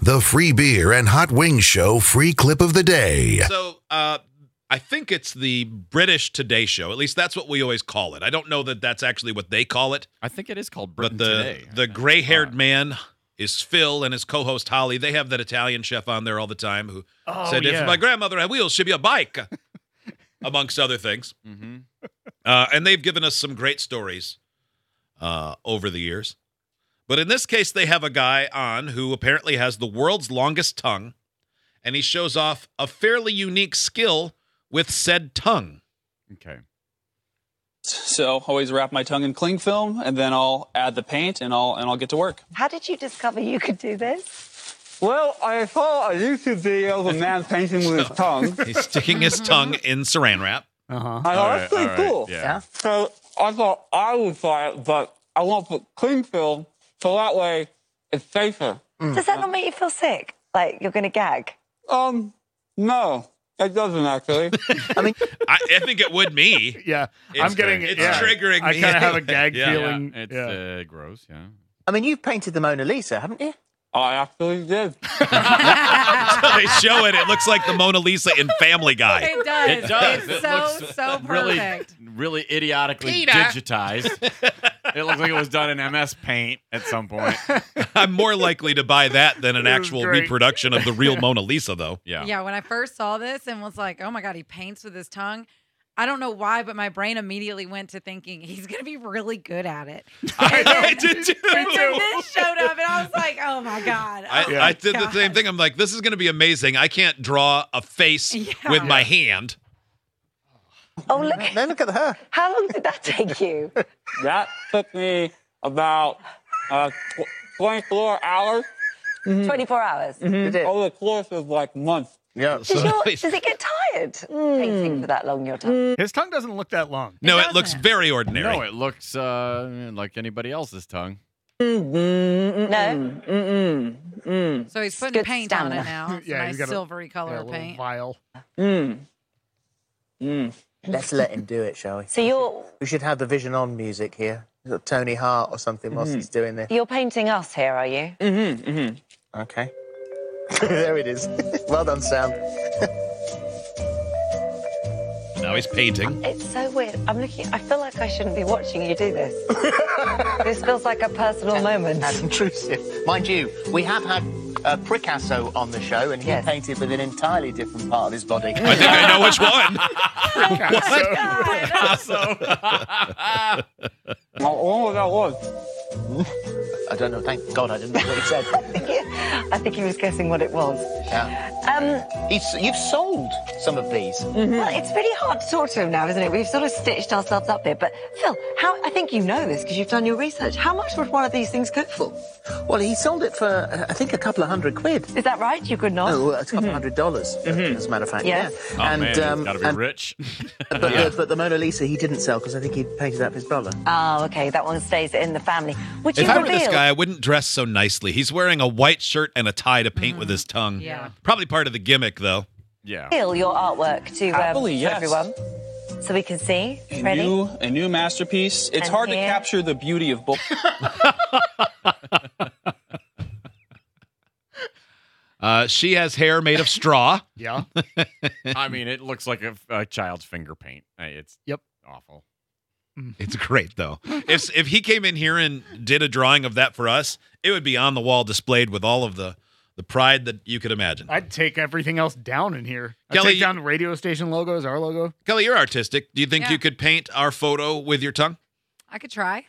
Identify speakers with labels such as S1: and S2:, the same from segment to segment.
S1: The Free Beer and Hot Wings Show free clip of the day.
S2: So uh, I think it's the British Today Show. At least that's what we always call it. I don't know that that's actually what they call it,
S3: I think it is called Britain
S2: but the
S3: Today. I
S2: the
S3: think.
S2: gray-haired man is Phil and his co-host Holly. They have that Italian chef on there all the time who
S4: Oh,
S2: said,
S4: yeah.
S2: "If my grandmother had wheels, she'd be a bike," amongst other things.
S3: Mhm.
S2: Uh, and they've given us some great stories uh, over the years. But in this case, they have a guy on who apparently has the world's longest tongue, and he shows off a fairly unique skill with said tongue.
S3: Okay.
S5: So always wrap my tongue in cling film, and then I'll add the paint, and I'll and I'll get to work.
S6: How did you discover you could do this?
S5: Well, I saw a YouTube video of a man painting with his tongue.
S2: He's sticking his tongue in saran wrap.
S4: Uh-huh.
S5: I
S3: All
S5: thought
S3: right,
S5: that's pretty
S3: all right,
S5: cool.
S3: Yeah.
S5: So I thought I would try it, but I want to put cling film, so that way it's safer.
S6: Does that not make you feel sick? Like you're going to gag?
S5: Um, no, it doesn't actually.
S2: I, I think it would me.
S4: Yeah.
S2: It's
S4: I'm getting
S2: It's
S4: yeah.
S2: triggering
S4: I
S2: me.
S4: kind of have a gag
S2: Yeah.
S4: feeling.
S3: It's
S4: yeah.
S3: uh, gross. Yeah.
S7: I mean, you've painted the Mona Lisa, haven't you?
S5: I actually did.
S2: they show it. It looks like the Mona Lisa in Family Guy.
S8: It does.
S3: It does.
S8: It's
S3: It
S8: so
S3: looks
S8: so
S3: really,
S8: perfect.
S3: really idiotically digitized. it looks like it was done in MS Paint at some point.
S2: I'm more likely to buy that than an
S4: It was
S2: actual
S4: great.
S2: reproduction of the real Mona Lisa, though.
S3: Yeah.
S8: Yeah, when I first saw this and was like, "Oh my god, he paints with his tongue." I don't know why, but my brain immediately went to thinking he's going to be really good at it.
S2: I,
S8: And then-
S2: I did too.
S8: And then this showed up, and I was like, "Oh my god!"
S2: I,
S8: Oh
S2: I
S8: my
S2: did the
S8: God.
S2: same thing. I'm like, this is going to be amazing. I can't draw a face
S8: Yeah.
S2: with my hand.
S6: Oh, look.
S7: No, look at her.
S6: How long did that take you?
S5: That took me about uh, tw- 24 hours.
S6: 24 hours.
S7: You did.
S5: Over the course of like months.
S7: Yeah.
S6: Does, your, does it get tired painting for that long your time?
S4: His tongue doesn't look that long.
S2: No, it,
S8: doesn't.
S2: looks very ordinary.
S3: No, it looks uh, like anybody else's tongue.
S6: No?
S5: Mm-mm. Mm.
S8: So he's putting
S6: Good
S8: paint on it now. It's
S4: Yeah,
S8: yeah,
S4: he's
S8: nice
S4: got a-
S8: silvery color
S4: Yeah, a
S8: of
S4: little
S8: paint.
S4: vial.
S5: Mm. Mm.
S7: Let's let him do it, shall we?
S6: So you're
S7: We should have the Vision On music here. We've got Tony Hart or something whilst he's doing this.
S6: you're painting us here, are you?
S5: Mm-hmm. Mm-hmm.
S7: Okay. there it is. well done, Sam.
S2: Now he's painting.
S6: It's so weird. I'm looking. I feel like I shouldn't be watching you do this. this feels like a personal moment.
S7: That's intrusive. Mind you, we have had uh, Picasso on the show, and he
S6: Yes.
S7: painted with an entirely different part of his body.
S2: I think I know which one.
S5: I wonder what that was.
S7: I don't know. Thank God I didn't know what he said.
S6: I think he was guessing what it was.
S7: Yeah.
S6: Um,
S7: He's, you've sold some of these.
S6: Well, it's really hard to talk to him now, isn't it? We've sort of stitched ourselves up here. But Phil, how I think you know this because you've done your research. How much would one of these things cook for?
S7: Well, he sold it for uh, I think a couple of hundred quid.
S6: Is that right? You could not.
S7: Oh, a couple of hundred dollars, uh, as a matter of fact.
S6: Yes.
S7: Yeah.
S3: Oh man, it's got to be
S7: Um, and-
S3: rich.
S7: but, the, but the Mona Lisa he didn't sell because I think he painted that for his brother.
S6: Oh, okay. That one stays in the family. Would you
S2: If I were
S6: reveal?
S2: this guy, I wouldn't dress so nicely. He's wearing a white shirt and a tie to paint with his tongue.
S8: Mm-hmm. Yeah.
S2: Probably part of the gimmick, though.
S3: Yeah.
S6: reveal your artwork to, um,
S5: Happily,
S6: to
S5: yes.
S6: everyone, so we can see.
S5: A
S6: Ready?
S5: new, a new masterpiece. It's
S6: And
S5: hard to
S6: here.
S5: capture the beauty of both.
S2: Uh, she has hair made of straw.
S4: Yeah.
S3: I mean, it looks like a, a child's finger paint. Uh, It's
S4: Yep.
S3: awful.
S2: It's great though. If if he came in here and did a drawing of that for us, it would be on the wall displayed with all of the the pride that you could imagine.
S4: I'd take everything else down in here. I'd
S2: Kelly,
S4: take down the radio station logos, our logo.
S2: Kelly, you're artistic. Do you think
S8: Yeah.
S2: you could paint our photo with your tongue?
S8: I could try.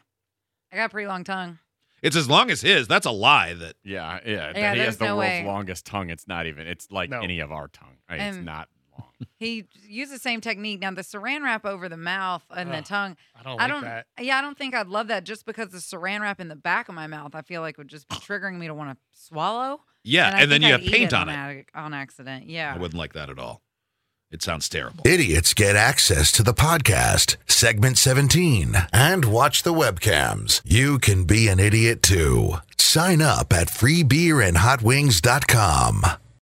S8: I got a pretty long tongue.
S2: It's as long as his. That's a lie. That
S3: Yeah, yeah.
S8: Yeah,
S3: he
S8: there's
S3: has the
S8: no
S3: world's
S8: way.
S3: longest tongue. It's not even. It's like
S4: No.
S3: any of our tongue. I mean,
S8: Um,
S3: it's not long.
S8: He used the same technique. Now the saran wrap over the mouth and the
S4: Ugh,
S8: tongue.
S4: I don't like
S8: I don't.
S4: that.
S8: Yeah, I don't think I'd love that just because the saran wrap in the back of my mouth, I feel like would just be triggering me to want to swallow.
S2: Yeah,
S8: I
S2: and then
S8: think
S2: you
S8: I'd
S2: have
S8: eat
S2: paint on
S8: on
S2: it.
S8: ac- on accident.
S2: I
S8: Yeah.
S2: wouldn't like that at all. It sounds terrible.
S1: Idiots get access to the podcast, segment 17, and watch the webcams. You can be an idiot too. Sign up at freebeerandhotwings.com.